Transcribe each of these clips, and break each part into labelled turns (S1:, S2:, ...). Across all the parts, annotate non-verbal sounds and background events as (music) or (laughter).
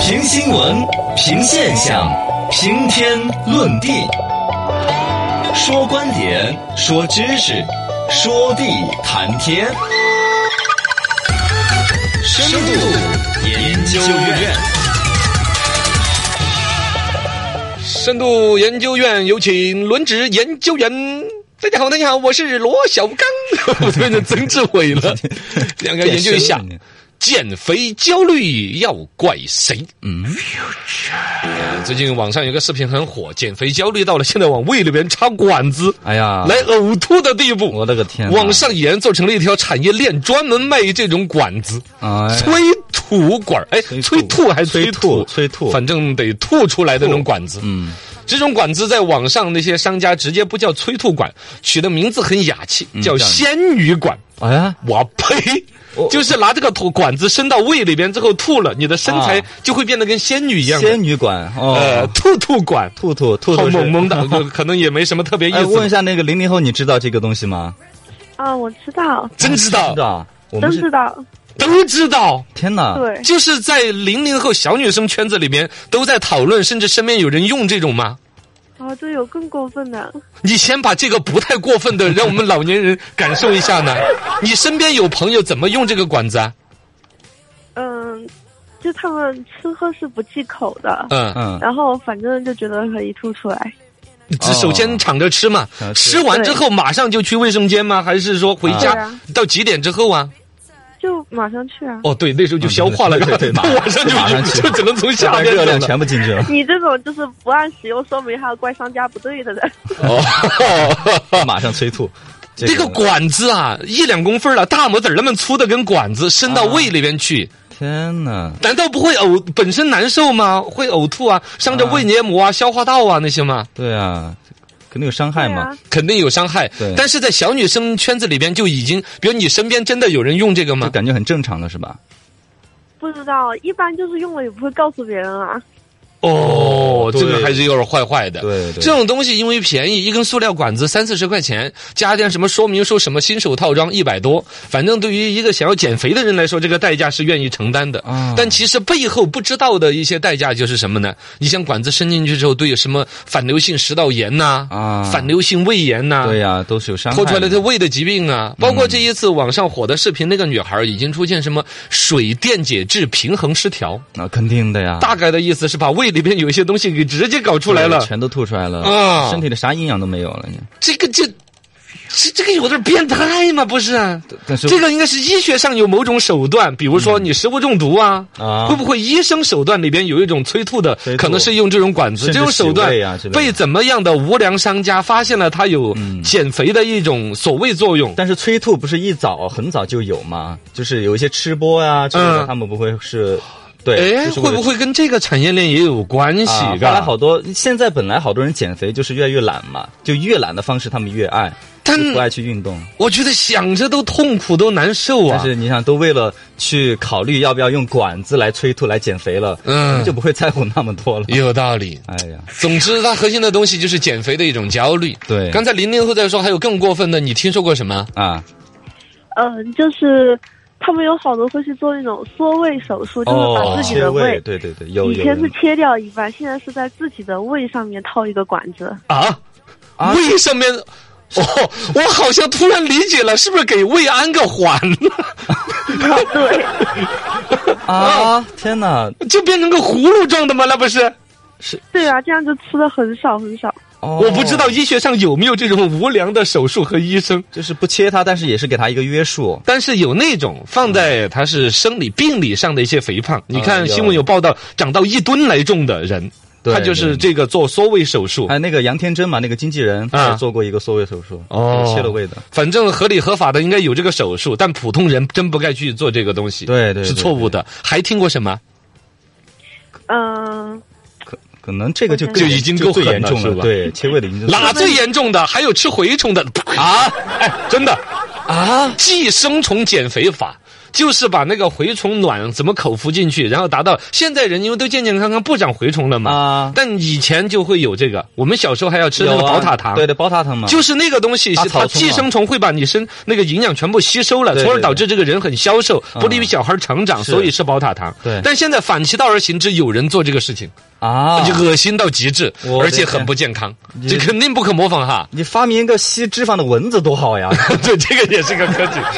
S1: 评新闻，评现象，评天论地，说观点，说知识，说地谈天。深度研究院，
S2: 深度研究院有请轮值研究员。大家好，大家好，我是罗小刚， (laughs) 我变成曾志伟
S3: (laughs)
S2: 了。两个研究一下
S1: 变身了，
S2: 减肥焦虑要怪谁？嗯、最近网上有个视频很火，减肥焦虑到了现在往胃里边插管子，
S3: 哎呀，
S2: 来呕吐的地步。
S3: 我的个
S1: 哎
S3: 天哪！
S2: 网上研做成了一条产业链，专门卖这种管子，
S3: 哎
S2: 催吐管儿，哎，催
S3: 催吐
S2: 吐还是
S3: 催
S2: 吐
S3: 吐，催吐
S2: 反正得吐出来的那种管子。嗯，这种管子在网上那些商家直接不叫催吐管，取的名字很雅气，叫
S3: 叫
S2: 仙女管。
S3: 哎呀，
S2: 我呸！
S3: 哦
S2: 就是拿这个吐管子伸到胃里边之后吐了，你的身材
S3: 啊
S2: 就会变得跟仙女一样的。
S3: 仙女管
S2: 呃
S3: 哦，，
S2: 吐吐管，
S3: 兔兔兔
S2: 好
S3: 兔是
S2: 萌萌的，
S3: (laughs)
S2: 可能也没什么特别意
S3: 哎，问一
S2: 思。
S3: 下那个零零后，你知道这个东西吗？
S4: 啊，我知道，
S2: 真
S3: 嗯
S2: 知
S3: 知
S2: 道，
S3: 道，我
S4: 真
S3: 们
S4: 知
S3: 是啊
S4: 道，
S2: 都知道。
S3: 天哪！
S4: 对，
S2: 就是在零零后小女生圈子里面都在讨论，甚至身边有人用这种吗？
S4: 啊，这有更过分的，
S2: 你先把这个不太过分的，让我们老年人感受一下呢。你身边有朋友怎么用这个管子啊？
S4: 嗯，就他们吃喝是不忌口的，
S2: 嗯，
S3: 嗯，
S4: 然后反正就觉得可以吐出来，
S2: 只首先抢着吃嘛，
S3: 抢着吃
S2: 吃完之后马上就去卫生间吗？还是说回
S4: 对
S2: 家
S4: 啊
S2: 到几点之后啊？
S4: 就马上去啊。
S2: 哦，对，那时候就消化了，
S3: 嗯对对
S2: (laughs)
S3: 对
S2: 然后
S3: 马
S2: 晚上
S3: 马上
S2: 就
S3: 去
S2: 就只能从
S3: 把
S2: 下面
S3: 热量
S2: 弄了
S3: 全部进去了，
S4: 你这种就是不按使用说明，还要怪商家不对的人。
S2: 哦。
S3: (laughs) 马上催吐。
S2: (laughs) 这个管子啊，一两公分了，大拇指儿那么粗的根管子伸到
S3: 啊
S2: 胃里边去，
S3: 天哪！
S2: 难道不会呕本身难受吗？会呕吐啊，伤着胃黏膜啊、消化道啊那些吗？
S3: 对啊，肯定有伤害
S4: 对
S3: 嘛
S4: 啊。，
S2: 肯定有伤害
S3: 对。
S2: 但是在小女生圈子里边就已经，比如你身边真的有人用这个
S3: 就
S2: 吗？
S3: 感觉很正常的是吧？
S4: 不知道，一般就是用了也不会告诉别人啊。
S2: 哦，
S3: 对
S2: 这个还是有点坏坏的。
S3: 对对
S2: 这种东西因为便宜，一根塑料管子三四十块钱，加点什么说明书、什么新手套装一百多，反正对于一个想要减肥的人来说，这个代价是愿意承担的。
S3: 啊
S2: 但其实背后不知道的一些代价就是什么呢？你像管子伸进去之后，对有什么反流性食道炎呐、
S3: 啊
S2: 反流性胃炎呐、
S3: 对呀，都是有伤害
S2: 啊拖
S3: 的。嗯
S2: 出来的胃的疾病啊，包括这一次网上火的视频，那个女孩已经出现什么水电解质平衡失调，
S3: 那肯定的呀，
S2: 大概的意思是把胃里边有一些东西给直接搞出来
S3: 对
S2: 了。
S3: 全都吐出来
S2: 啊
S3: 了，身体里啥营养都没有了。你
S2: 这个这这这个有点变态嘛，不是啊？
S3: 但是
S2: 这个应该是医学上有某种手段，比如说你食物中毒啊，
S3: 嗯啊
S2: 会不会医生手段里边有一种催吐的
S3: 催，吐
S2: 可能是用这种管子，
S3: 甚至
S2: 这种手段
S3: 洗胃啊之类的嗯
S2: 被怎么样的无良商家发现了它有减肥的一种所谓作用？
S3: 但是催吐不是一早很早就有吗？就是有一些吃播呀、之类的，
S2: 嗯
S3: 他们不会是，对，
S2: 哎，
S3: 就是
S2: 会
S3: 为了
S2: 不会跟这个产业链也有关系？
S3: 啊？后
S2: 嘎
S3: 来好多，现在本来好多人减肥就是越来越懒嘛，就越懒的方式他们越爱，
S2: 但
S3: 就不爱去运动。
S2: 我觉得想着都痛苦，都难受
S3: 但
S2: 啊。
S3: 是你想，都为了去考虑要不要用管子来催吐来减肥了，
S2: 嗯
S3: 就不会在乎那么多了。
S2: 有道理。
S3: 哎呀，
S2: 总之，它核心的东西就是减肥的一种焦虑。
S3: 对
S2: 刚才零零后在说，还有更过分的，你听说过什么？
S3: 啊，
S4: 嗯，就是他们有好多会去做那种缩胃手术，就是把
S3: 哦，
S4: 自己
S3: 切
S4: 的
S3: 胃，
S4: 胃，
S3: 对对对，有
S4: 以
S3: 有
S4: 前是
S3: 人
S4: 切掉一半，现在是在自己的胃上面套一个管子。
S2: 啊，
S3: 啊
S2: 胃上面，哦，我好像突然理解了，是不是给胃安个环了， (laughs)
S4: 对。哦
S3: 啊，天哪，
S2: 就变成个葫芦状的吗？那不是？
S4: 对啊，这样就吃的很少很少。
S3: 哦
S2: 我不知道，医学上有没有这种无良的手术和医生，
S3: 就是不切它，但是也是给它一个约束。
S2: 但是有那种放在他是生理病理上的一些肥胖，你看
S3: 嗯啊有
S2: 新闻有报道，长到一吨来重的人，
S3: 对哎
S2: 他就是这个做缩胃手术
S3: 还。有那个杨天真嘛，那个经纪人，他也做过一个缩胃手术，
S2: 啊哦
S3: 就是切了胃的。
S2: 反正合理合法的应该有这个手术，但普通人真不该去做这个东西，
S3: 对对
S2: 是错误的。还听过什么？
S4: 嗯，
S3: 可能这个就
S4: 就
S3: 更
S2: 已经
S3: 就
S2: 够
S3: 最
S2: 狠
S3: 严
S2: 了
S3: 重
S2: 是吧
S3: 对，切胃的已经
S2: 哪最严重的？还有吃蛔虫的啊！哎，真的啊！寄生虫减肥法就是把那个蛔虫卵怎么口服进去，然后达到现在人因为都健健康康不长蛔虫了嘛。
S3: 啊
S2: 但以前就会有这个，我们小时候还要吃那
S3: 有
S2: 个
S3: 啊
S2: 宝塔糖。
S3: 对的，宝塔糖嘛，
S2: 就是那个东西
S3: 大
S2: 是
S3: 草
S2: 它
S3: 丛
S2: 寄
S3: 啊
S2: 生虫会把你身那个营养全部吸收了，
S3: 对对
S2: 从而
S3: 对嗯
S2: 导致这个人很消瘦，不利于小孩成长，
S3: 是
S2: 所以吃宝塔糖。
S3: 对
S2: 但现在反其道而行之，有人做这个事情，
S3: 啊，
S2: 就恶心到极致，
S3: 我的
S2: 而且很
S3: 天
S2: 不健康，
S3: 你
S2: 这肯定不可模仿哈。 (laughs)
S3: 你发明一个吸脂肪的蚊子多好呀！
S2: 对，这个也是个科技。
S3: (laughs)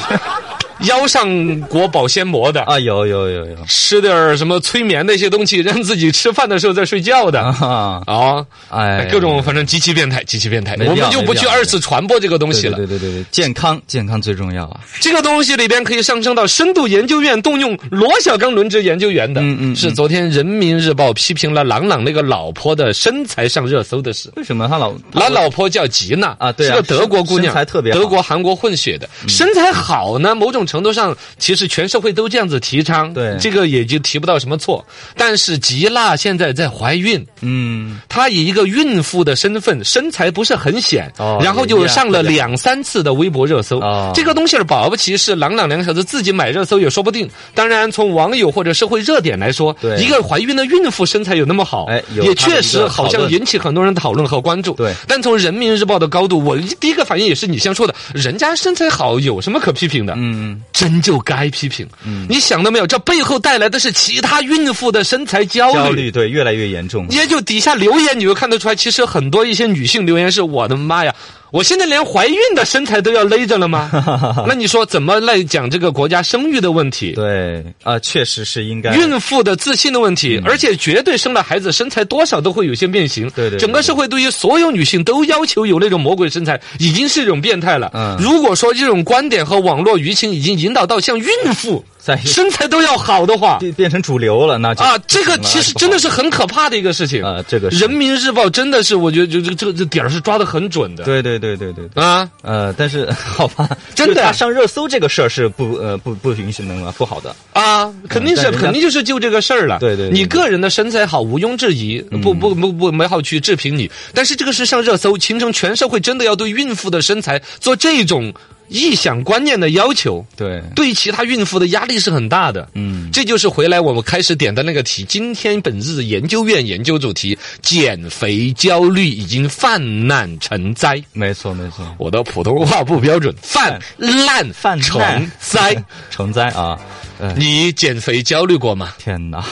S2: 腰上裹保鲜膜的，
S3: 啊，有有有有
S2: 吃点儿什么催眠的一些东西，让自己吃饭的时候在睡觉的。
S3: 啊，
S2: 啊，
S3: 哎，
S2: 各种反正极其变态，极其变态，
S3: 没必要
S2: 我们就
S3: 没必
S2: 不
S3: 要
S2: 去二次传播这个东
S3: 对
S2: 西了
S3: 对。对对对，健康健康最重要啊！
S2: 这个东西里边可以上升到深度研究院动用罗小刚轮值研究员的，
S3: 嗯嗯嗯
S2: 是昨天《人民日报》批评了郎朗那个老婆的身材上热搜的事。
S3: 为什么他老
S2: 他老婆叫吉娜
S3: 啊对啊
S2: 是个德国姑娘，
S3: 身材特别好嗯
S2: 德国韩国混血的，身材好呢，某种程度上其实全社会都这样子提倡，
S3: 对
S2: 这个也就提不到什么错。但是吉娜现在在怀孕，
S3: 嗯
S2: 她以一个孕妇的身份，身材不是很显，
S3: 哦
S2: 然后就上了两三次的微博热搜。
S3: 哦
S2: 这个东西儿保不齐是朗朗两个小子自己买热搜也说不定。当然，从网友或者社会热点来说，
S3: 对
S2: 一个怀孕的孕妇身材有那么好，
S3: 哎有
S2: 也
S3: 她的
S2: 确
S3: 一
S2: 实
S3: 个
S2: 好
S3: 讨
S2: 像
S3: 论
S2: 引起很多人讨论和关注。
S3: 对
S2: 但从人民日报的高度，我第一个反应也是你先说的，人家身材好有什么可批评的？
S3: 嗯，
S2: 真就该批评。你想到没有？这背后带来的是其他孕妇的身材
S3: 嗯焦虑对越来越严重，
S2: 也就底下留言你就看得出来，其实很多一些女性留言是我的妈呀，我现在连怀孕的身材都要勒着了吗？
S3: (laughs)
S2: 那你说怎么来讲这个国家生育的问题？
S3: 对啊，确实是应该
S2: 孕妇的自信的问
S3: 嗯
S2: 题，而且绝对生了孩子，身材多少都会有些变形。
S3: 对对对
S2: 整个社会对于所有女性都要求有那种魔鬼身材，已经是一种变态了。
S3: 嗯
S2: 如果说这种观点和网络舆情已经引导到像孕妇
S3: (laughs) 在
S2: 身材都要好的
S3: (laughs)
S2: 话，
S3: 变变成主流了，那就
S2: 啊，这个其实真的是很可怕的一个事情
S3: 啊这个是
S2: 人民日报》真的是，我觉得这这这这点儿是抓的很准的。
S3: 对对对对对对。
S2: 啊，
S3: 呃，但是 (laughs) 好吧，
S2: 真的
S3: 就是他上热搜这个事儿是不呃不不允许能啊不好的，
S2: 啊，肯定是
S3: 但人家
S2: 肯定就是就这个事儿了。
S3: 对对对嗯
S2: 你个人的身材好毋庸置疑，不不不不没好去置评你。但是这个是上热搜，形成全社会真的要对孕妇的身材做这种臆想观念的要求，
S3: 对，
S2: 对其他孕妇的压力是很大的。
S3: 嗯，
S2: 这就是回来我们开始点的那个题。今天本日研究院研究主题：减肥焦虑已经泛滥成灾。
S3: 没错没
S2: (laughs)
S3: 错，
S2: 我的普通话不标准，泛滥
S3: 泛滥
S2: 成灾。
S3: (laughs) 成灾啊，呃，
S2: 你减肥焦虑过吗？
S3: 天哪！